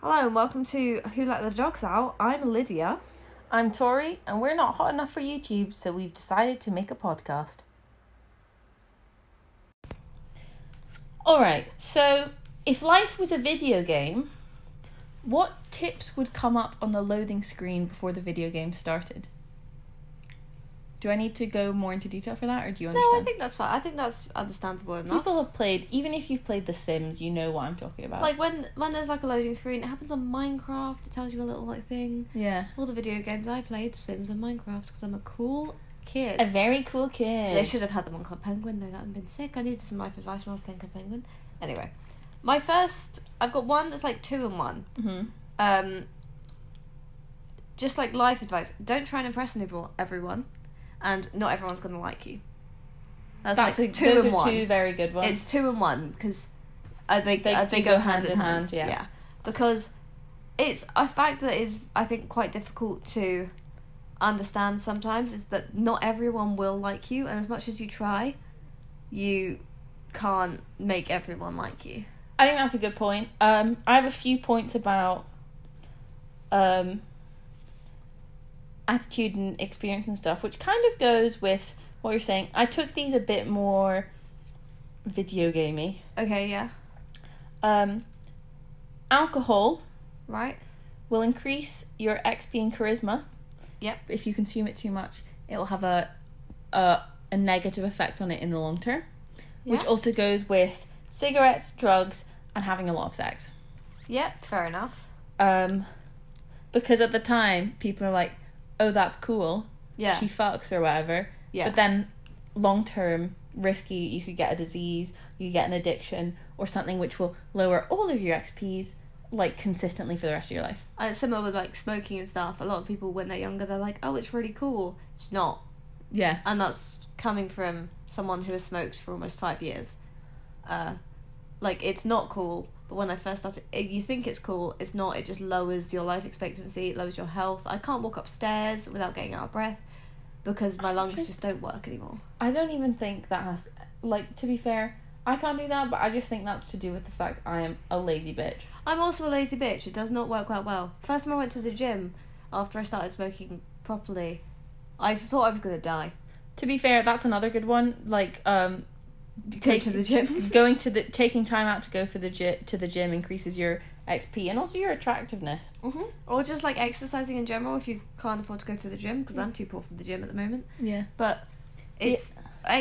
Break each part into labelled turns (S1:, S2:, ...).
S1: Hello and welcome to Who Let the Dogs Out. I'm Lydia.
S2: I'm Tori, and we're not hot enough for YouTube, so we've decided to make a podcast. Alright, so if life was a video game, what tips would come up on the loading screen before the video game started? Do I need to go more into detail for that, or do you
S1: No,
S2: understand?
S1: I think that's fine. I think that's understandable enough.
S2: People have played, even if you've played The Sims, you know what I'm talking about.
S1: like when when there's like a loading screen, it happens on Minecraft. It tells you a little like thing.
S2: yeah.
S1: All the video games I played, Sims and Minecraft, because I'm a cool kid.
S2: A very cool kid.
S1: They should have had them on Club Penguin. Though that I've been sick. I needed some life advice when I was playing Club Penguin. Anyway, my first, I've got one that's like two and one.
S2: hmm
S1: um just like life advice don't try and impress anybo- everyone and not everyone's gonna like you that's,
S2: That's
S1: like
S2: a-
S1: two
S2: those
S1: and
S2: are
S1: one
S2: two very good ones.
S1: it's two and one uh, because i think
S2: They
S1: I
S2: do
S1: think
S2: go
S1: go hand in hand,
S2: yeah.
S1: because it's a fact that is i think quite difficult to understand sometimes is that not everyone will like you and as much as you try you can't make everyone like you
S2: I think that's a good point. Um, I have a few points about um, attitude and experience and stuff, which kind of goes with what you're saying. I took these a bit more video gamey.
S1: okay yeah
S2: Um, alcohol
S1: right
S2: will increase your XP and charisma.
S1: Yep.
S2: If you consume it too much, it will have a a, a negative effect on it in the long term, which
S1: Yeah.
S2: also goes with cigarettes, drugs, and having a lot of sex.
S1: yep fair enough
S2: um because at the time people are like oh that's cool
S1: yeah
S2: she fucks or whatever
S1: yeah
S2: but then long term risky you could get a disease you get an addiction or something which will lower all of your xps like consistently for the rest of your life
S1: And it's similar with like smoking and stuff. A lot of people when they're younger, they're like, "Oh, it's really cool." It's not,
S2: yeah
S1: and that's coming from someone who has smoked for almost five years. Uh, like it's not cool. But when I first started, it, you think it's cool. It's not. It just lowers your life expectancy. It lowers your health. I can't walk upstairs without getting out of breath because my lungs
S2: Just-
S1: just don't work anymore.
S2: i don't even think that has like to be fair i can't do that but i just think that's to do with the fact i am a lazy bitch
S1: I'm also a lazy bitch. It does not work out well. First time I went to the gym after I started smoking properly, I thought I was gonna die.
S2: to be fair that's another good one like um
S1: Go
S2: take-
S1: to the gym.
S2: going to the taking time out to go for the gy- to the gym increases your XP and also your attractiveness.
S1: hmm Or just like exercising in general if you can't afford to go to the gym because I'm too poor for the gym at the moment.
S2: Yeah.
S1: But it's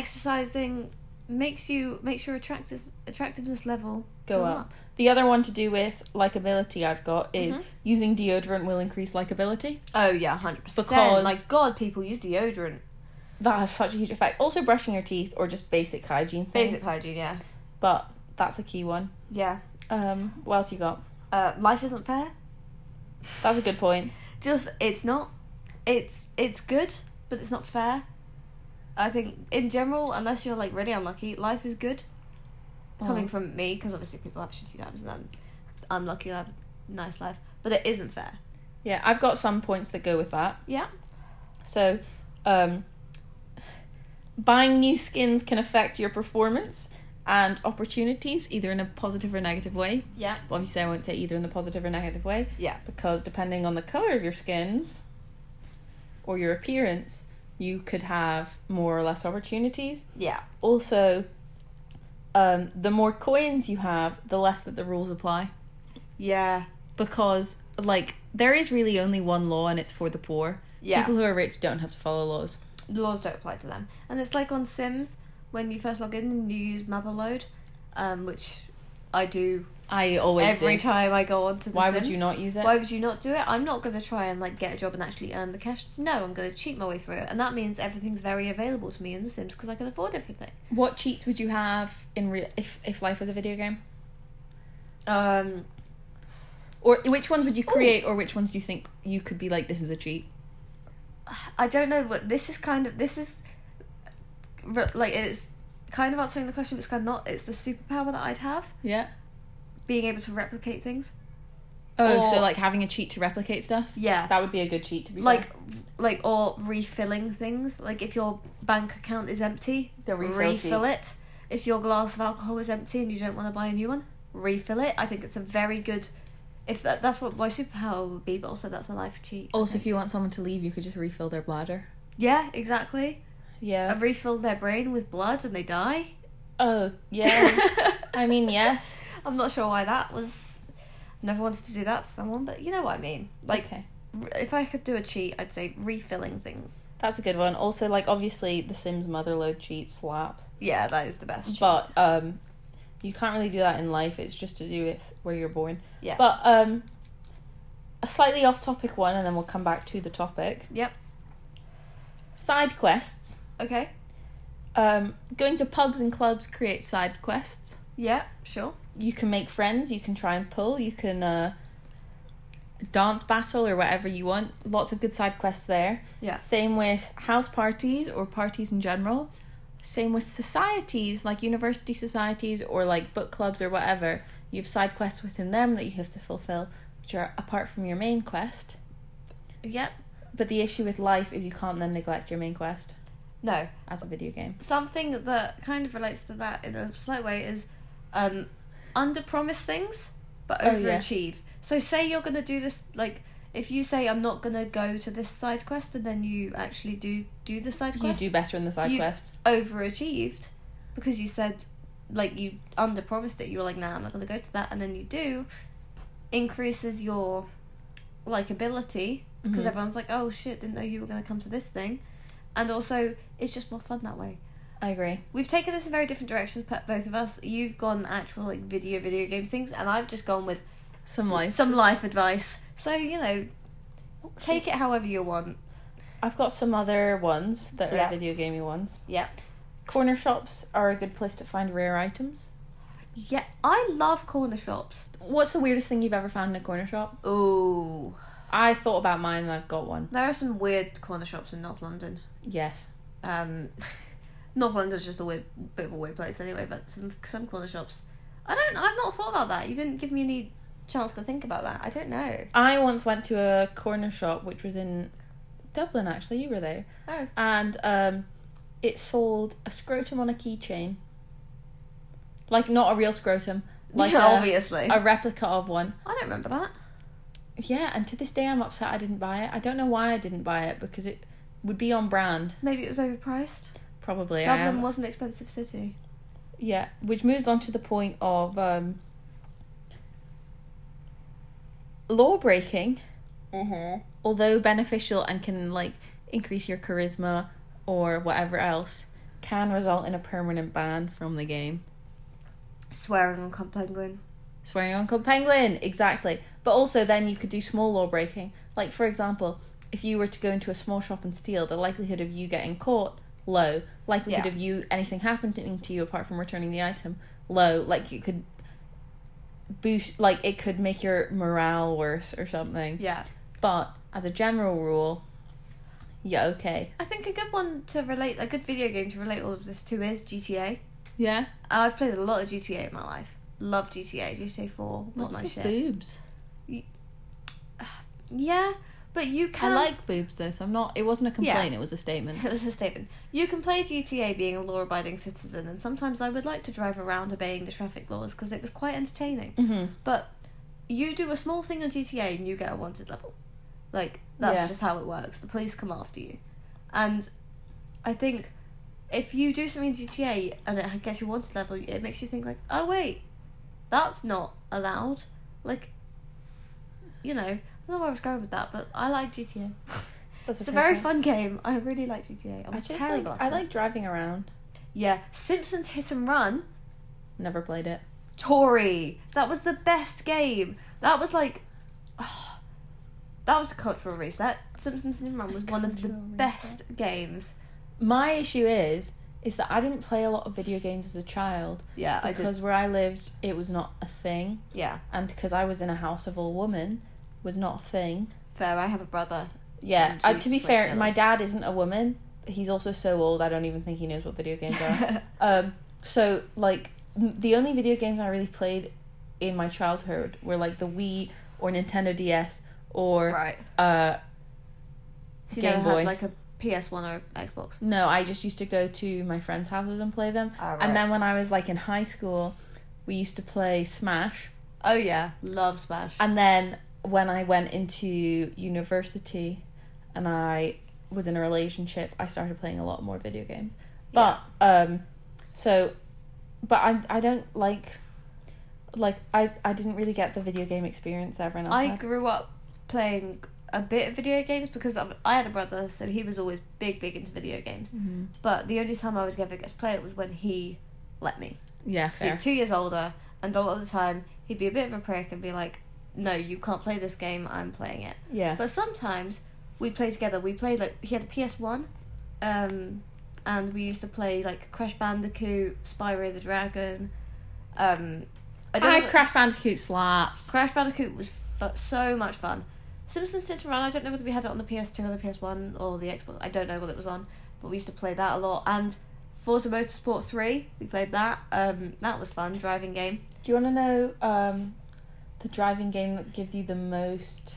S1: exercising makes you makes your attractiveness attractiveness level
S2: Go up. The other one to do with likability I've got is
S1: Mhm.
S2: using deodorant will increase likability.
S1: Oh yeah, hundred percent.
S2: Because-
S1: my God, people use deodorant.
S2: That has such a huge effect. Also brushing your teeth or just basic hygiene things.
S1: Basic hygiene, yeah,
S2: But that's a key one.
S1: yeah.
S2: Um, what else you got?
S1: Uh, life isn't fair.
S2: That's a good point.
S1: Just it's not. It's it's good, but it's not fair. I think in general, unless you're like really unlucky, life is good. coming
S2: Um,
S1: from me because obviously people have shitty times and I'm, I'm lucky I have a nice life, but it isn't fair.
S2: yeah, I've got some points that go with that.
S1: Yeah.
S2: So, um, buying new skins can affect your performance and opportunities either in a positive or negative way.
S1: Yeah.
S2: obviously I won't say either in the positive or negative way.
S1: Yeah.
S2: Because depending on the colour of your skins or your appearance, you could have more or less opportunities.
S1: Yeah.
S2: Also, um, the more coins you have, the less that the rules apply.
S1: Yeah.
S2: Because like there is really only one law and it's for the poor.
S1: Yeah.
S2: People who are rich don't have to follow laws.
S1: the laws don't apply to them. And it's like on Sims when you first log in and you use Motherload, um, which I do
S2: I always
S1: every
S2: do.
S1: time I go onto the
S2: Why
S1: Sims.
S2: would you not use it?
S1: Why would you not do it? I'm not going to try and like get a job and actually earn the cash. No, I'm going to cheat my way through it, and that means everything's very available to me in The Sims because I can afford everything.
S2: what cheats would you have in real if if life was a video game?
S1: Um,
S2: Or which ones would you create, or which ones do you think you could be like, this is a cheat?
S1: I don't know what this is kind of this is r- like it's kind of answering the question but it's kind of not it's the superpower that I'd have
S2: Yeah.
S1: being able to replicate things
S2: Oh,
S1: Or-
S2: so like having a cheat to replicate stuff?
S1: yeah
S2: That would be a good cheat to be
S1: like like or refilling things like if your bank account is empty
S2: the
S1: refill it if your glass of alcohol is empty and you don't want to buy a new one refill it I think it's a very good If that that's what my superpower would be, but also that's a life cheat. I
S2: Also, if
S1: think.
S2: you want someone to leave, you could just refill their bladder.
S1: yeah, exactly. I
S2: Yeah.
S1: refill their brain with blood and they die.
S2: Oh, yeah. I mean, yes.
S1: I'm not sure why that was. Never wanted to do that to someone, but you know what I mean. Like,
S2: okay.
S1: r- if I could do a cheat, I'd say refilling things.
S2: That's a good one. Also, like, obviously, The Sims motherload cheat slap.
S1: Yeah, that is the best. Cheat.
S2: But, um, you can't really do that in life. It's just to do with where you're born.
S1: Yeah.
S2: But, um, a slightly off topic one, and then we'll come back to the topic.
S1: Yep.
S2: Side quests.
S1: Okay.
S2: Um, going to pubs and clubs creates side quests.
S1: Yeah. Sure.
S2: you can make friends, you can try and pull, you can uh, dance battle or whatever you want. Lots of good side quests there.
S1: Yeah.
S2: Same with house parties or parties in general. Same with societies like university societies or like book clubs or whatever. You have side quests within them that you have to fulfill, which are apart from your main quest.
S1: Yep.
S2: But the issue with life is you can't then neglect your main quest
S1: No.
S2: as a video game.
S1: something that kind of relates to that in a slight way is um under promise things but
S2: Oh, yeah.
S1: overachieve so say you're gonna do this like if you say i'm not gonna go to this side quest and then you actually do do the side quest
S2: You do better in the side
S1: You-
S2: quest.
S1: overachieved because you said like you under promised it you were like nah i'm not gonna go to that and then you do increases your likability because
S2: Mhm.
S1: everyone's like oh shit didn't know you were gonna come to this thing and also it's just more fun that way
S2: I agree.
S1: We've taken this in very different directions, but both of us. You've gone actual like video, video games things, and I've just gone with
S2: Some life.
S1: some life advice. So you know, take it however you want.
S2: I've got some other ones that are
S1: Yeah.
S2: video gamey ones.
S1: Yeah.
S2: Corner shops are a good place to find rare items.
S1: Yeah, I love corner shops.
S2: What's the weirdest thing you've ever found in a corner shop?
S1: Ooh,
S2: I thought about mine and I've got one.
S1: there are some weird corner shops in North London.
S2: Yes.
S1: Um, North London's just a weird, bit of a weird place anyway. But some some corner shops. I don't. I've not thought about that. You didn't give me any chance to think about that. I don't know.
S2: I once went to a corner shop which was in Dublin actually, you were there.
S1: Oh.
S2: And um it sold a scrotum on a keychain. Like not a real scrotum, like
S1: yeah,
S2: a,
S1: obviously.
S2: a replica of one.
S1: I uh, don't remember that.
S2: Yeah, and to this day I'm upset I didn't buy it. I don't know why I didn't buy it because it would be on brand.
S1: Maybe it was overpriced.
S2: Probably I am
S1: Dublin was an expensive city.
S2: Yeah, which moves on to the point of um, law breaking,
S1: Mm-hmm.
S2: although beneficial and can like increase your charisma or whatever else, can result in a permanent ban from the game.
S1: Swearing on Club Penguin.
S2: Swearing on Club Penguin, exactly. But also, then you could do small law breaking. Like, for example, if you were to go into a small shop and steal, the likelihood of you getting caught, low. Likelihood
S1: Yeah.
S2: of you, anything happening to you apart from returning the item, low. Like, it could boost, like, it could make your morale worse or something.
S1: Yeah.
S2: But as a general rule, yeah, okay.
S1: I think a good one to relate, a good video game to relate all of this to is GTA.
S2: Yeah.
S1: Uh, I've played a lot of GTA in my life. Love GTA, GTA 4, not
S2: Lots
S1: my
S2: of
S1: shit.
S2: boobs.
S1: Yeah, but you can.
S2: I like boobs though, so I'm not, it wasn't a complaint, it was a statement.
S1: It was a statement. You can play GTA being a law abiding citizen, and sometimes I would like to drive around obeying the traffic laws because it was quite entertaining.
S2: Mm-hmm.
S1: But you do a small thing on GTA and you get a wanted level. Like that's
S2: Yeah.
S1: just how it works. The police come after you. And I think if you do something in GTA and it gets you wanted level, it makes you think like, "Oh wait, that's not allowed." Like you know, I don't know where I was going with that, but I like GTA.
S2: That's
S1: It's a
S2: fair
S1: very
S2: point.
S1: fun game. I really like GTA. I
S2: I
S1: was
S2: just like
S1: terrible. at
S2: I
S1: it.
S2: like driving around.
S1: yeah, Simpsons Hit and Run.
S2: Never played it.
S1: Tory. That was the best game. That was like, oh, that was a cultural reset. Simpsons and Run was one of the
S2: Cultural reset.
S1: best games.
S2: My issue is is that I didn't play a lot of video games as a child
S1: Yeah,
S2: because where I lived it was not a thing
S1: Yeah,
S2: and because I was in a house of all women was not a thing.
S1: fair. I have a brother.
S2: Yeah,
S1: And we
S2: I,
S1: used to
S2: to be
S1: play
S2: fair,
S1: together.
S2: my dad isn't a woman. He's also so old I don't even think he knows what video games are. Um, so like m- the only video games I really played in my childhood were like the Wii or Nintendo DS or
S1: right.
S2: uh
S1: She
S2: Game
S1: never
S2: Boy.
S1: had like a PS One or Xbox.
S2: no, I just used to go to my friends' houses and play them.
S1: Oh,
S2: And then when I was like in high school, we used to play Smash.
S1: Oh yeah, love Smash.
S2: And then when I went into university and I was in a relationship, I started playing a lot more video games. But um so but I I don't like like I I didn't really get the video game experience that everyone else
S1: I
S2: had.
S1: grew up playing a bit of video games because of- I had a brother, so he was always big, big into video games.
S2: Mhm.
S1: But the only time I would ever get to play it was when he let me.
S2: Yeah,
S1: 'Cause
S2: fair.
S1: He's two years older, and a lot of the time he'd be a bit of a prick and be like, "No, you can't play this game. I'm playing it."
S2: Yeah.
S1: But sometimes we'd play together. We played like he had a PS One, um, and we used to play like Crash Bandicoot, Spyro the Dragon. Um, I don't.
S2: I,
S1: know-
S2: Crash Bandicoot slaps.
S1: Crash Bandicoot was fu- so much fun. Simpsons Hit and Run. I don't know whether we had it on the PS2 or the PS1 or the Xbox. I don't know what it was on, but we used to play that a lot. And Forza Motorsport Three, we played that. Um, that was fun driving game.
S2: Do you want to know um, the driving game that gives you the most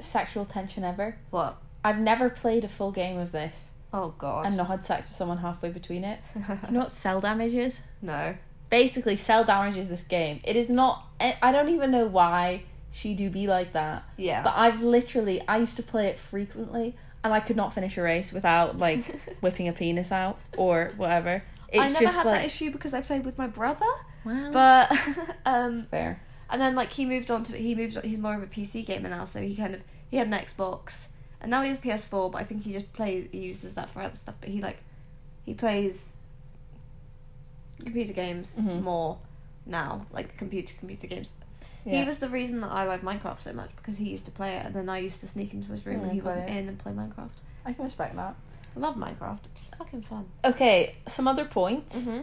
S2: sexual tension ever?
S1: What?
S2: I've never played a full game of this
S1: Oh God.
S2: and not had sex with someone halfway between it. You know what cell damage is?
S1: no.
S2: Basically, cell damage is this game. It is not. eh, I I don't even know why she do be like that.
S1: Yeah.
S2: But I've literally, I used to play it frequently, and I could not finish a race without like whipping a penis out or whatever. It's
S1: I never
S2: just
S1: had
S2: like Mm.
S1: that issue because I played with my brother.
S2: well,
S1: But um,
S2: fair.
S1: and then like he moved on to he moved on, he's more of a PC gamer now, so he kind of he had an Xbox and now he has PS4, but I think he just plays he uses that for other stuff. But he like he plays computer games
S2: Mhm.
S1: more now, like computer computer games.
S2: Yeah.
S1: He was the reason that I like Minecraft so much because he used to play it, and then I used to sneak into his room
S2: Mm,
S1: when he
S2: play
S1: wasn't
S2: it.
S1: in and play Minecraft.
S2: I can respect that.
S1: I love Minecraft; it's fucking fun.
S2: Okay, some other points.
S1: Mm-hmm.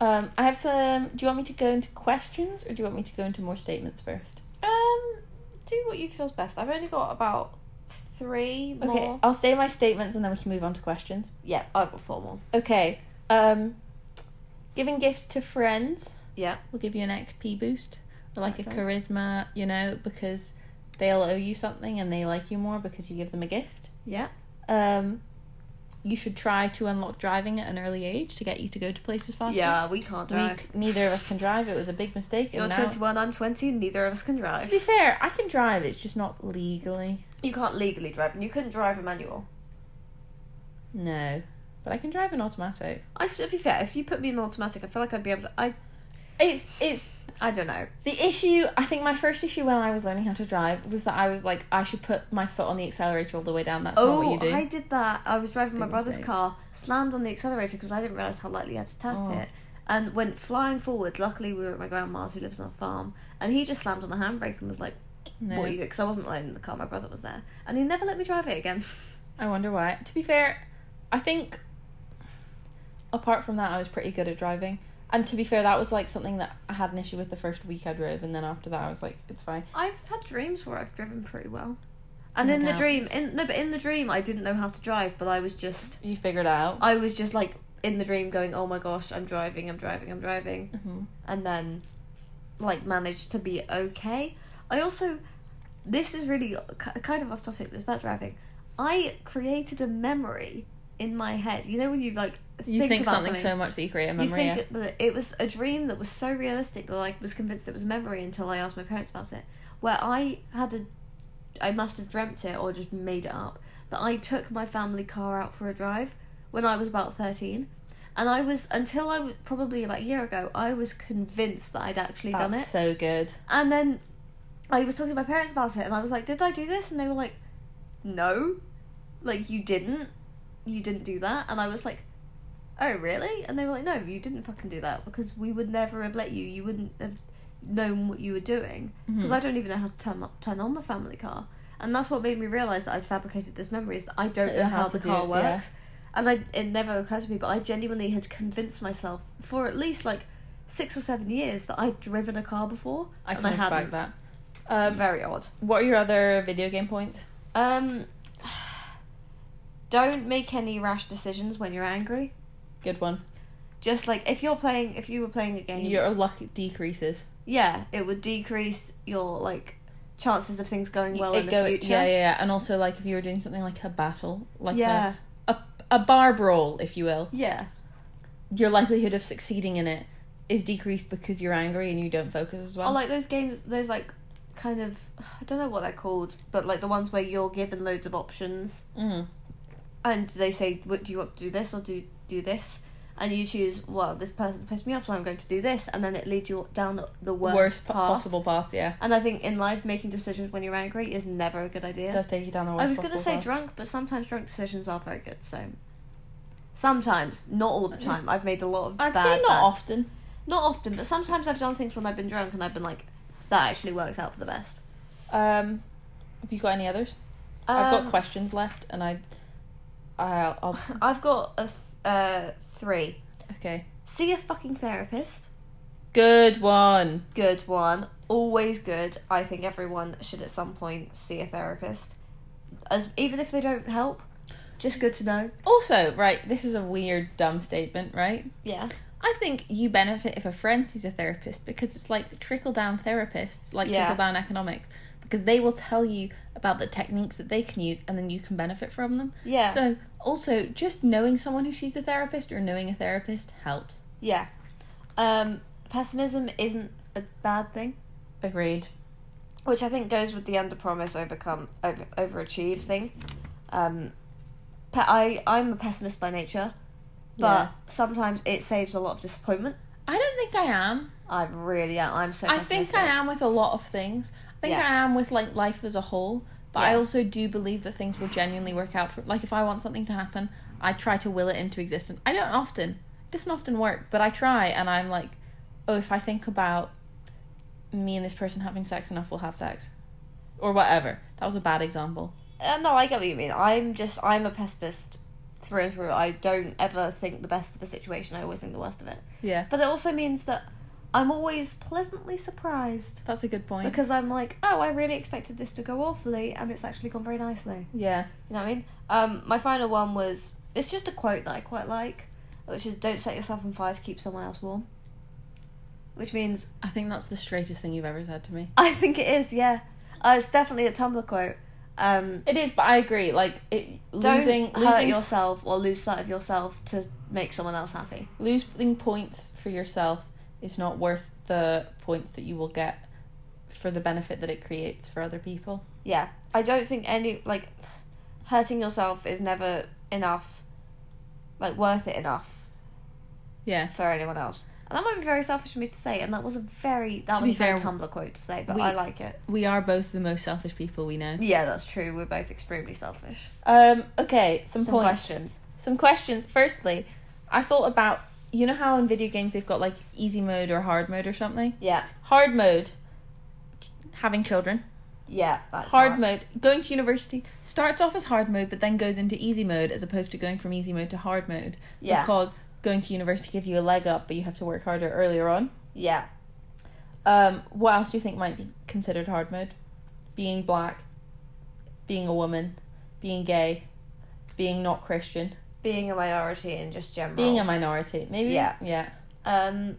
S2: Um, I have some. Do you want me to go into questions or do you want me to go into more statements first?
S1: Um, do what you feels best. I've only got about three more.
S2: Okay, I'll say my statements and then we can move on to questions.
S1: Yeah, I've got four more.
S2: Okay, um, giving gifts to friends
S1: Yeah.
S2: will give you an XP boost or like
S1: That
S2: a
S1: does.
S2: charisma, you know, because they'll owe you something and they like you more because you give them a gift.
S1: Yeah.
S2: Um, you should try to unlock driving at an early age to get you to go to places faster.
S1: Yeah, we can't
S2: We,
S1: drive.
S2: c- neither of us can drive. It was a big mistake. and
S1: You're
S2: now-
S1: 21, I'm 20, neither of us can
S2: To
S1: drive.
S2: be fair, I can drive. It's just not legally.
S1: You can't legally drive, and you couldn't drive a manual.
S2: No, but I can drive an automatic.
S1: I, to be fair, if you put me in automatic, I feel like I'd be able to. I,
S2: It's it's
S1: I don't know.
S2: the issue. I think my first issue when I was learning how to drive was that I was like, I should put my foot on the accelerator all the way down. That's not what
S1: oh,
S2: you do.
S1: I did that. I was driving my
S2: Big
S1: brother's
S2: mistake.
S1: car, slammed on the accelerator because I didn't realize how lightly I had to tap
S2: Oh.
S1: it, and went flying forward. Luckily, we were at my grandma's, who lives on a farm, and he just slammed on the handbrake and was like.
S2: no,
S1: what you do because I wasn't alone in the car. My brother was there, and he never let me drive it again.
S2: I wonder why. To be fair, I think apart from that, I was pretty good at driving. And to be fair, that was like something that I had an issue with the first week I drove, and then after that, I was like, it's fine.
S1: I've had dreams where I've driven pretty well, and
S2: Doesn't
S1: in the
S2: count.
S1: dream, in no, but in the dream, I didn't know how to drive, but I was just,
S2: You figured it out.
S1: I was just like in the dream going, oh my gosh, I'm driving, I'm driving, I'm driving,
S2: hmm
S1: and then, like, managed to be okay. I also, this is really ki- kind of off topic, but it's about driving. I created a memory in my head. You know when you like
S2: You think,
S1: about
S2: something, so much that you create a memory.
S1: you
S2: yeah.
S1: think that it was a dream that was so realistic that I was convinced it was a memory until I asked my parents about it. Where I had a, I must have dreamt it or just made it up. But I took my family car out for a drive when I was about thirteen, and I was until I was probably about a year ago. I was convinced that I'd actually
S2: That's
S1: done it.
S2: so good.
S1: And then I was talking to my parents about it, and I was like, "Did I do this?" And they were like, "No, like you didn't, you didn't do that." And I was like, "Oh, really?" And they were like, "No, you didn't fucking do that because we would never have let you. You wouldn't have known what you were doing
S2: Mm-hmm.
S1: because I don't even know how to turn up, turn on my family car." And that's what made me realize that I'd fabricated this memory is that I don't
S2: That
S1: know
S2: you
S1: how
S2: have
S1: the
S2: to do
S1: car
S2: it, yeah.
S1: works. And I, it never occurred to me, but I genuinely had convinced myself for at least like six or seven years that I'd driven a car before.
S2: I
S1: and
S2: can respect
S1: hadn't.
S2: that.
S1: Um,
S2: Um,
S1: very odd.
S2: what are your other video game points?
S1: Um, don't make any rash decisions when you're angry.
S2: Good one.
S1: Just like if you're playing, if you were playing a game,
S2: Your luck decreases.
S1: yeah, it would decrease your like chances of things going well
S2: It
S1: in the
S2: go-
S1: future.
S2: Yeah, yeah, yeah. And also, like, if you were doing something like a battle, like
S1: yeah,
S2: a, a, a bar brawl, if you will,
S1: yeah.
S2: your likelihood of succeeding in it is decreased because you're angry and you don't focus as well.
S1: Or like those games, those like kind of I don't know what they're called, but like the ones where you're given loads of options
S2: mm.
S1: and they say, "What do you want to do this or do do this?" And you choose, well, this person's pissed me off, so I'm going to do this, and then it leads you down the, the worst,
S2: worst, po-
S1: path.
S2: possible path. Yeah,
S1: And I think in life, making decisions when you're angry is never a good idea.
S2: it does take you down the worst.
S1: I was gonna
S2: possible
S1: say
S2: path.
S1: drunk, but sometimes drunk decisions are very good. So sometimes, not all the time. I've made a lot of.
S2: I'd
S1: bad,
S2: say not
S1: bad-
S2: often.
S1: Not often, but sometimes I've done things when I've been drunk and I've been like, that actually works out for the best.
S2: Um, have you got any others? I've
S1: Um,
S2: got questions left, and I, I'll, I'll
S1: I've got a th- uh, three.
S2: okay.
S1: See a fucking therapist.
S2: Good one.
S1: Good one. Always good. I think everyone should at some point see a therapist, as even if they don't help. Just good to know.
S2: Also, right, this is a weird, dumb statement, right?
S1: Yeah.
S2: I think you benefit if a friend sees a therapist because it's like trickle down therapists, like
S1: Yeah.
S2: trickle down economics, because they will tell you about the techniques that they can use and then you can benefit from them.
S1: Yeah.
S2: So, also, just knowing someone who sees a therapist or knowing a therapist helps.
S1: Yeah. Um, pessimism isn't a bad thing,
S2: Agreed.
S1: which I think goes with the underpromise, overcome, over overachieve thing. Um, pe- I I'm a pessimist by nature, but
S2: Yeah.
S1: sometimes it saves a lot of disappointment.
S2: I don't think I am.
S1: I really am. I'm so.
S2: I think
S1: pessimistic.
S2: I am with a lot of things. I think
S1: Yeah.
S2: I am with like life as a whole, but I
S1: Yeah.
S2: also do believe that things will genuinely work out for like if I want something to happen, I try to will it into existence. I don't often. It doesn't often work, but I try and I'm like, oh, if I think about me and this person having sex enough, we'll have sex. Or whatever. That was a bad example.
S1: Uh, no, I get what you mean. I'm just I'm a pessimist through and through. I don't ever think the best of a situation. I always think the worst of it.
S2: Yeah.
S1: But it also means that I'm always pleasantly surprised.
S2: That's a good point.
S1: because I'm like, oh, I really expected this to go awfully, and it's actually gone very nicely.
S2: yeah.
S1: You know what I mean? Um, my final one was it's just a quote that I quite like, which is "Don't set yourself on fire to keep someone else warm," which means
S2: I think that's the straightest thing you've ever said to me.
S1: I think it is, yeah, uh, it's definitely a Tumblr quote. Um,
S2: It is, but I agree. Like it,
S1: don't
S2: losing
S1: hurt
S2: losing
S1: yourself or lose sight of yourself to make someone else happy.
S2: losing points for yourself is not worth the points that you will get for the benefit that it creates for other people.
S1: yeah i don't think any like hurting yourself is never enough like worth it enough
S2: Yeah.
S1: for anyone else and that might be very selfish for me to say and that was a very that
S2: To
S1: was
S2: be
S1: a very
S2: fair,
S1: tumblr quote to say but
S2: we-
S1: i like it
S2: We are both the most selfish people we know.
S1: yeah that's true we're both extremely selfish
S2: Um okay, some,
S1: some
S2: points.
S1: questions
S2: some questions. Firstly, I thought about you know how in video games they've got like easy mode or hard mode or something?
S1: yeah
S2: Hard mode having children.
S1: yeah that's
S2: hard, mode going to university starts off as hard mode but then goes into easy mode as opposed to going from easy mode to hard mode
S1: Yeah.
S2: because going to university gives you a leg up but you have to work harder earlier on
S1: yeah
S2: um, what else do you think might be considered hard mode being black being a woman being gay being not christian
S1: being a minority and just general
S2: being a minority maybe
S1: Yeah.
S2: yeah
S1: um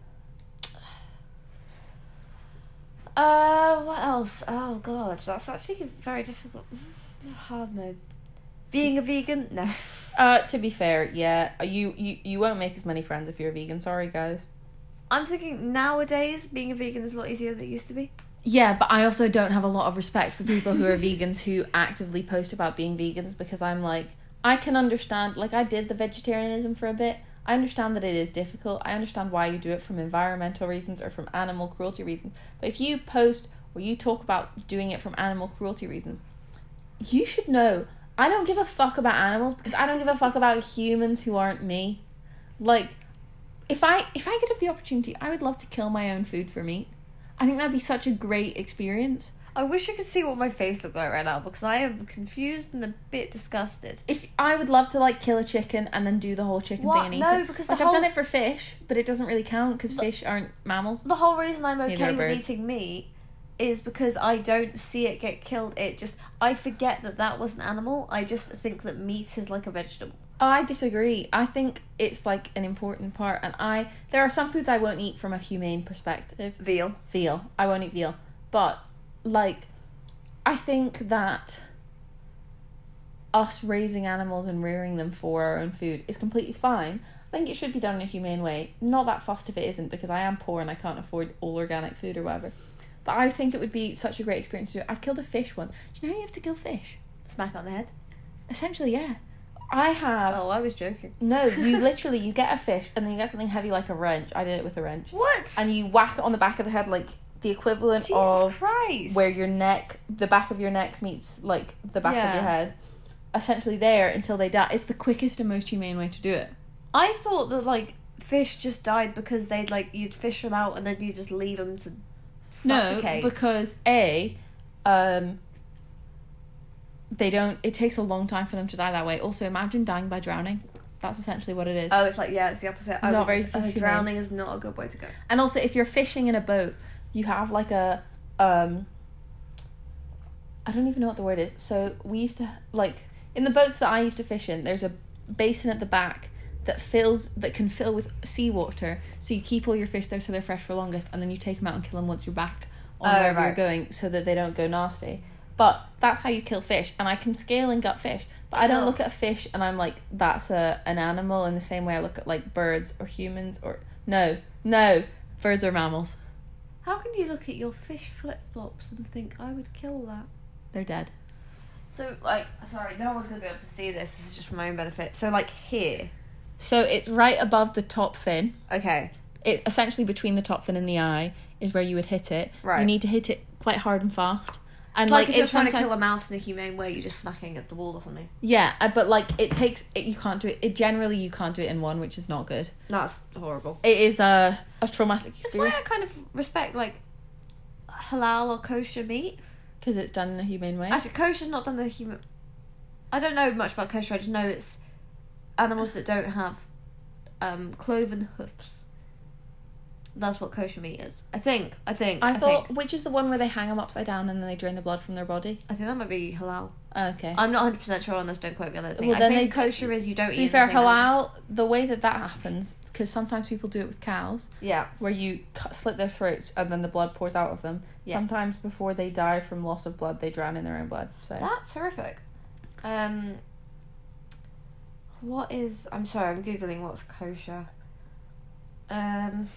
S1: uh what else oh god that's actually very difficult hard mode being a vegan no
S2: uh, to be fair yeah you, you you won't make as many friends if you're a vegan sorry guys
S1: I'm thinking nowadays being a vegan is a lot easier than it used to be.
S2: Yeah, but I also don't have a lot of respect for people who are vegans who actively post about being vegans because I'm like, I can understand, like, I did the vegetarianism for a bit. I understand that it is difficult. I understand why you do it from environmental reasons or from animal cruelty reasons. But if you post or you talk about doing it from animal cruelty reasons, you should know I don't give a fuck about animals because I don't give a fuck about humans who aren't me. Like, if I if I could have the opportunity, I would love to kill my own food for meat. I think that'd be such a great experience.
S1: I wish you could see what my face looked like right now because I am confused and a bit disgusted.
S2: If I would love to like kill a chicken and then do the whole chicken
S1: What?
S2: thing and eat
S1: No,
S2: it.
S1: because the
S2: like I've done
S1: whole-
S2: it for fish, but it doesn't really count because fish aren't mammals.
S1: The whole reason I'm
S2: Neither
S1: okay
S2: are
S1: with
S2: birds.
S1: eating meat is because I don't see it get killed. It just I forget that that was an animal. I just think that meat is like a vegetable.
S2: Oh, I disagree. I think it's like an important part, and I there are some foods I won't eat from a humane perspective.
S1: Veal.
S2: veal. I won't eat veal. But like I think that us raising animals and rearing them for our own food is completely fine. I think it should be done in a humane way. Not that fussed if it isn't, because I am poor and I can't afford all organic food or whatever. But I think it would be such a great experience to do. I've killed a fish once. Do you know how you have to kill fish?
S1: Smack on the head.
S2: Essentially, yeah. I have.
S1: Oh, I was joking.
S2: No, you literally you get a fish and then you get something heavy like a wrench. I did it with a wrench,
S1: What?
S2: and you whack it on the back of the head like the equivalent
S1: Jesus
S2: of
S1: Christ.
S2: where your neck, the back of your neck meets like the back of
S1: Yeah.
S2: your head, essentially there until they die. It's the quickest and most humane way to do it.
S1: I thought that like fish just died because they'd like you'd fish them out and then you just leave them to suffocate.
S2: No, because a, um, they don't. It takes a long time for them to die that way. Also, imagine dying by drowning. That's essentially what it is.
S1: Oh, it's like yeah, it's the opposite. I
S2: Not
S1: would-
S2: very
S1: uh,
S2: fishy,
S1: drowning is not a good way to go.
S2: And also, if you're fishing in a boat, you have like a um. I don't even know what the word is. So we used to like in the boats that I used to fish in. There's a basin at the back that fills that can fill with seawater. So you keep all your fish there so they're fresh for longest, and then you take them out and kill them once you're back on
S1: Oh,
S2: wherever you're
S1: right.
S2: going, so that they don't go nasty. But that's how you kill fish, and I can scale and gut fish. But I don't
S1: Oh.
S2: look at a fish and I'm like, that's a an animal in the same way I look at like birds or humans or no, no, birds are mammals.
S1: How can you look at your fish flip flops and think I would kill that?
S2: They're dead.
S1: So like, sorry, no one's gonna be able to see this. This is just for my own benefit. So like here,
S2: So it's right above the top fin.
S1: okay,
S2: It essentially between the top fin and the eye is where you would hit it. You
S1: Right.
S2: need to hit it quite hard and fast. And
S1: it's like, if you're
S2: it's
S1: trying to
S2: sometimes-
S1: kill a mouse in a humane way, you're just smacking against the wall or something.
S2: yeah, uh, but like it takes it, you can't do it, it. Generally, you can't do it in one, which is not good.
S1: That's horrible.
S2: It is a a traumatic
S1: That's why
S2: experience
S1: I kind of respect like halal or kosher meat.
S2: because it's done in a humane way.
S1: Actually, kosher's not done the human. I don't know much about kosher. I just know it's animals that don't have um, cloven hoofs. That's what kosher meat is. I think. I think.
S2: I, thought
S1: Think.
S2: which is the one where they hang them upside down and then they drain the blood from their body.
S1: I think that might be halal.
S2: Okay.
S1: I'm not 100 percent sure on this. Don't quote me on that thing.
S2: Well,
S1: I
S2: then
S1: think
S2: they-
S1: kosher is you don't
S2: to
S1: eat.
S2: be fair,
S1: anything else.
S2: halal, the way that that happens, because sometimes people do it with cows,
S1: Yeah.
S2: where you cut, slit their throats and then the blood pours out of them.
S1: Yeah.
S2: Sometimes before they die from loss of blood, they drown in their own blood. So
S1: That's horrific. Um, what is? I'm sorry, I'm googling what's kosher. Um,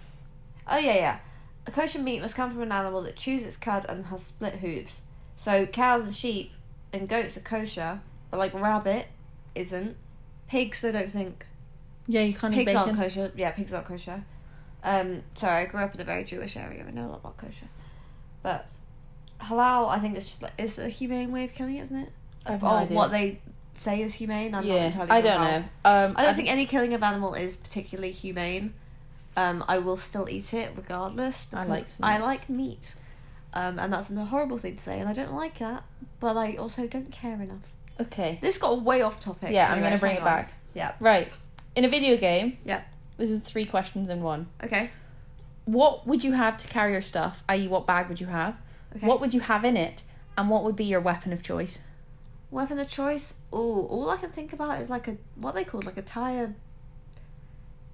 S1: oh yeah, yeah. A kosher meat must come from an animal that chews its cud and has split hooves. So cows and sheep and goats are kosher, but like rabbit isn't. Pigs, I don't think.
S2: yeah, you can't eat
S1: Pigs aren't
S2: bacon.
S1: kosher. Yeah, pigs aren't kosher. Um, sorry, I grew up in a very Jewish area. I know a lot about kosher, but halal, I think it's just like it's a humane way of killing it, isn't it?
S2: I have no
S1: or
S2: idea.
S1: Oh, what they say is humane. I'm not
S2: yeah,
S1: entirely.
S2: I
S1: sure
S2: don't
S1: about.
S2: know. Um,
S1: I don't think any killing of animal is particularly humane. Um, I will still eat it regardless
S2: I
S1: because
S2: like
S1: I
S2: snakes.
S1: like meat, um, and that's a horrible thing to say, and I don't like that. But I also don't care enough.
S2: Okay.
S1: This got way off topic.
S2: Yeah, I'm
S1: Anyway,
S2: gonna bring
S1: hang
S2: it
S1: on.
S2: back.
S1: Yeah.
S2: Right. In a video game.
S1: Yeah.
S2: This is three questions in one.
S1: Okay.
S2: What would you have to carry your stuff? I.e., what bag would you have?
S1: Okay.
S2: What would you have in it? And what would be your weapon of choice?
S1: Weapon of choice. Oh, all I can think about is like a what they called like a tire.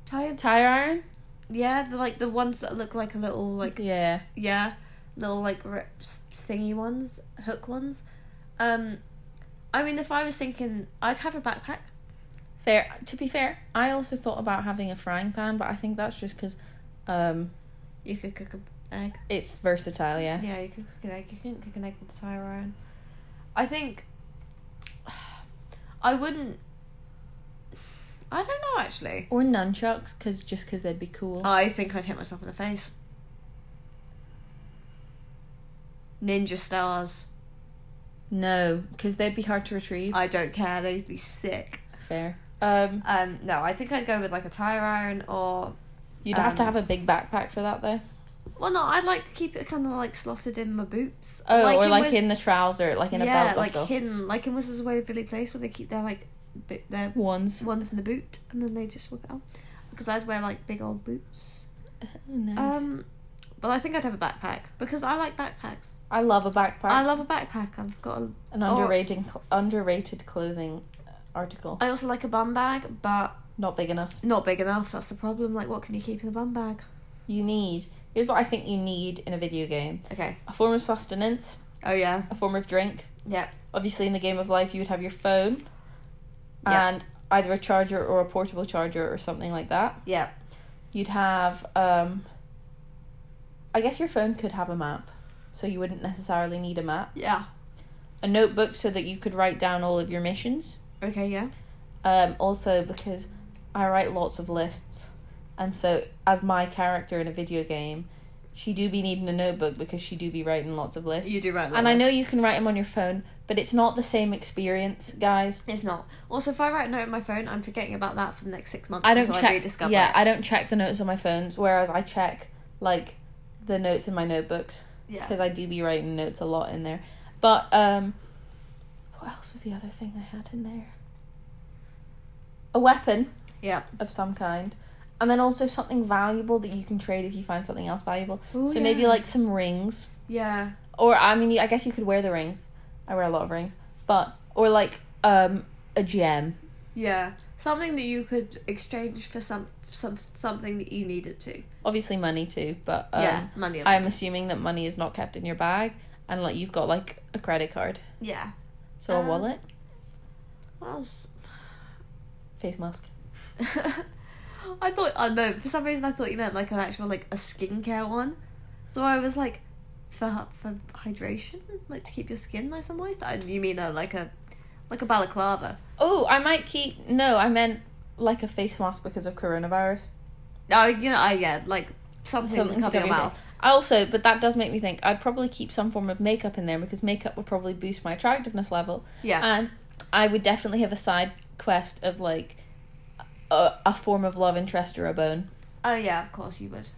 S1: Tire.
S2: Tire iron.
S1: Yeah, the like the ones that look like a little like
S2: Yeah.
S1: yeah, little like r- thingy ones, hook ones. Um, I mean, if I was thinking, I'd have a backpack.
S2: Fair. To be fair, I also thought about having a frying pan, but I think that's just because um,
S1: You could cook an egg.
S2: it's versatile. Yeah.
S1: Yeah, you could cook an egg. You couldn't cook an egg with a tire iron. I think. I wouldn't. I don't know actually.
S2: Or nunchucks, cause just because they'd be cool.
S1: I think I'd hit myself in the face. Ninja stars.
S2: no, because they'd be hard to retrieve.
S1: I don't care. They'd be sick.
S2: fair. Um,
S1: Um, no, I think I'd go with like a tire iron or
S2: you'd have to
S1: Um,
S2: have a big backpack for that, though.
S1: Well, no, I'd like to keep it kind of like slotted in my boots.
S2: Oh, or
S1: in
S2: like
S1: Wiz-
S2: in the trouser, like in
S1: yeah,
S2: a belt
S1: like
S2: buckle.
S1: hidden, like in Wizards of Waverly Place, where they keep their like bi- their
S2: Ones.
S1: ones in the boot, and then they just whip it out. Because I'd wear like big old boots.
S2: Oh, Nice.
S1: Um, but I think I'd have a backpack because I like backpacks.
S2: I love a backpack.
S1: I love a backpack. I've got. A,
S2: an
S1: or-
S2: underrated, cl- underrated clothing uh, article.
S1: I also like a bum bag, but
S2: Not big enough.
S1: not big enough. That's the problem. Like, what can you keep in a bum bag?
S2: You need. Here's what I think you need in a video game:
S1: Okay.
S2: a form of sustenance,
S1: Oh yeah.
S2: a form of drink.
S1: Yeah.
S2: Obviously, in the game of life, you would have your phone,
S1: Yeah.
S2: and either a charger or a portable charger or something like that.
S1: Yeah.
S2: You'd have, um, I guess your phone could have a map, so you wouldn't necessarily need a map.
S1: Yeah.
S2: A notebook so that you could write down all of your missions.
S1: Okay, yeah.
S2: Um, also, because I write lots of lists, and so as my character in a video game, she do be needing a notebook because she do be writing lots of lists.
S1: You do right.
S2: and I know you can write them on your phone, but it's not the same experience, guys.
S1: It's not. Also, if I write a note on my phone, I'm forgetting about that for the next six months
S2: I don't
S1: until
S2: check.
S1: I rediscover
S2: yeah,
S1: it.
S2: I don't check the notes on my phones, whereas I check like the notes in my notebooks
S1: Yeah.
S2: because I do be writing notes a lot in there. But um, what else was the other thing I had in there? A weapon
S1: Yeah.
S2: of some kind, and then also something valuable that you can trade if you find something else valuable.
S1: Ooh,
S2: so maybe
S1: yeah.
S2: like some rings,
S1: Yeah.
S2: or I mean, I guess you could wear the rings. I wear a lot of rings, but or like um a gem.
S1: Yeah. Something that you could exchange for some some something that you needed to.
S2: Obviously, money too, but um,
S1: yeah. Money. or
S2: I'm assuming that money is not kept in your bag and like you've got like a credit card.
S1: something. Yeah.
S2: So
S1: Um,
S2: a wallet,
S1: What else?
S2: face mask.
S1: I thought. I no. For some reason, I thought you meant like an actual like a skincare one. So I was like, for for hydration, like to keep your skin nice and moist. I, you mean a like a like a balaclava?
S2: Oh, I might keep no, I meant like a face mask because of coronavirus.
S1: Oh, you know. I yeah. Like something, to
S2: Something to
S1: cover your
S2: cover your
S1: mouth.
S2: I also, but that does make me think I'd probably keep some form of makeup in there because makeup would probably boost my attractiveness level
S1: Yeah.
S2: and I would definitely have a side quest of like a, a form of love interest or a bone.
S1: oh yeah. Of course you would.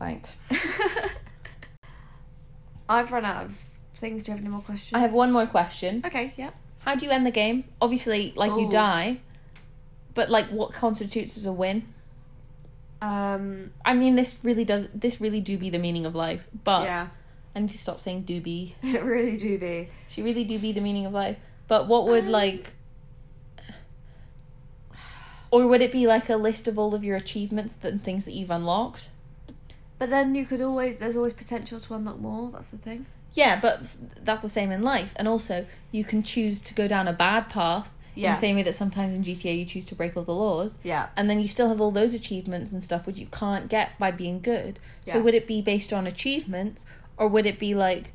S2: Thanks.
S1: I've run out of things. Do you have any more questions?
S2: I have one more question.
S1: Okay. Yeah.
S2: How do you end the game? Obviously, like you
S1: Ooh.
S2: die, but like what constitutes as a win?
S1: Um.
S2: I mean, this really does. This really do be the meaning of life. But
S1: Yeah.
S2: I need to stop saying do be.
S1: It really do be.
S2: She really do be the meaning of life. But what would
S1: Um.
S2: like, or would it be like a list of all of your achievements and things that you've unlocked?
S1: But then you could always. There's always potential to unlock more. That's the thing.
S2: Yeah, but s- that's the same in life. And also, you can choose to go down a bad path. In
S1: Yeah.
S2: the same way that sometimes in GTA you choose to break all the laws.
S1: Yeah.
S2: and then you still have all those achievements and stuff which you can't get by being good.
S1: Yeah.
S2: So would it be based on achievements or would it be like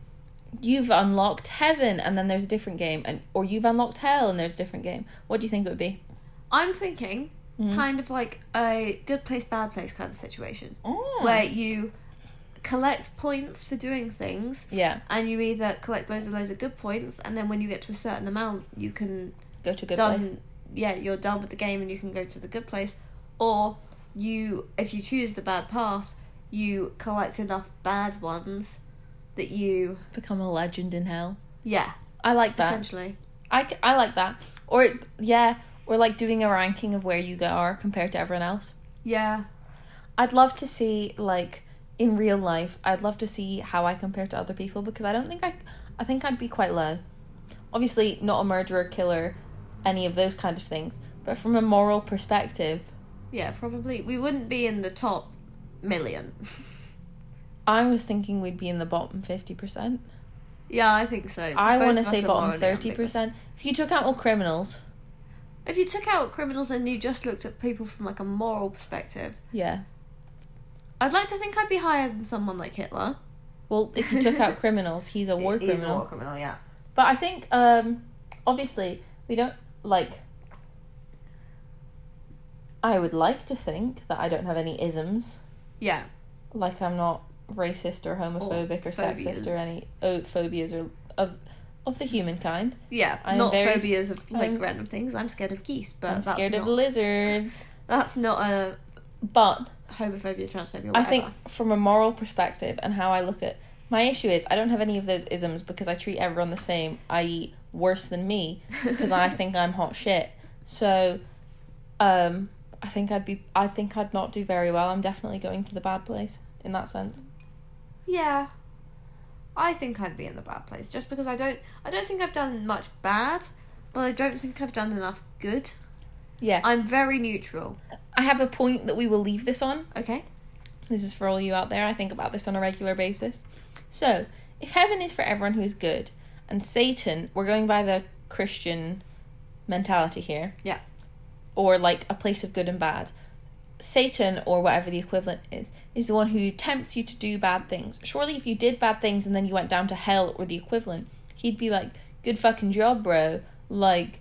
S2: you've unlocked heaven and then there's a different game and or you've unlocked hell and there's a different game? What do you think it would be?
S1: I'm thinking
S2: Mm.
S1: kind of like a good place, bad place kind of situation
S2: Oh.
S1: where you collect points for doing things
S2: yeah,
S1: and you either collect loads and loads of good points and then when you get to a certain amount you can
S2: go to a good
S1: done
S2: place.
S1: yeah you're done with the game and you can go to the good place or you if you choose the bad path you collect enough bad ones that you
S2: Become a legend in hell.
S1: yeah
S2: I like that.
S1: essentially
S2: I, c- I like that. Or it- yeah, or like doing a ranking of where you are compared to everyone else.
S1: yeah
S2: I'd love to see like in real life. I'd love to see how I compare to other people because I don't think I I think I'd be quite low. Obviously not a murderer, killer, any of those kind of things, but from a moral perspective,
S1: yeah probably we wouldn't be in the top million
S2: I was thinking we'd be in the bottom 50%.
S1: yeah i think so
S2: I
S1: Both
S2: want to
S1: of us
S2: say
S1: are
S2: bottom
S1: morally ambiguous.
S2: 30%. If you took out all criminals,
S1: If you took out criminals and you just looked at people from like a moral perspective,
S2: yeah.
S1: I'd like to think I'd be higher than someone like Hitler.
S2: Well, if you took out criminals, he's a war
S1: He is
S2: criminal.
S1: a war criminal, yeah.
S2: But I think um obviously we don't like I would like to think that I don't have any isms.
S1: Yeah.
S2: Like I'm not racist or homophobic or,
S1: phobias.
S2: sexist or any oh, phobias or of of the humankind.
S1: Yeah.
S2: I'm
S1: not
S2: very-
S1: phobias of like
S2: I'm-
S1: random things. I'm scared of geese, but
S2: I'm
S1: that's
S2: scared
S1: not
S2: of lizards.
S1: that's not a
S2: But
S1: homophobia, transphobia, whatever.
S2: I think from a moral perspective and how I look at my issue is I don't have any of those isms because I treat everyone the same, i.e. worse than me. because I think I'm hot shit. So, um, I think I'd be. I think I'd not do very well. I'm definitely going to the bad place in that sense.
S1: Yeah. I think I'd be in the bad place. Just because I don't I don't think I've done much bad, but I don't think I've done enough good.
S2: Yeah,
S1: I'm very neutral.
S2: I have a point that we will leave this on.
S1: Okay?
S2: This is for all you out there. I think about this on a regular basis. So, if heaven is for everyone who is good, and Satan, we're going by the Christian mentality here.
S1: Yeah.
S2: Or like a place of good and bad. Satan, or whatever the equivalent is, is the one who tempts you to do bad things. Surely, if you did bad things and then you went down to hell or the equivalent, he'd be like, good fucking job, bro. Like,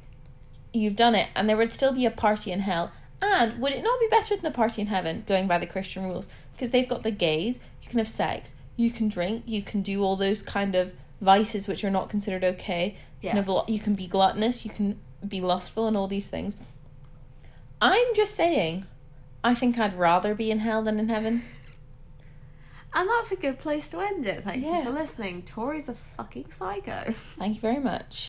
S2: you've done it. And there would still be a party in hell. And would it not be better than the party in heaven, going by the Christian rules? Because they've got the gays, you can have sex, you can drink, you can do all those kind of vices which are not considered okay. You,
S1: Yeah.
S2: can, have a lot, you can be gluttonous, you can be lustful, and all these things. I'm just saying, I think I'd rather be in hell than in heaven.
S1: And that's a good place to end it. Thank
S2: Yeah.
S1: you for listening. Tori's a fucking psycho.
S2: Thank you very much.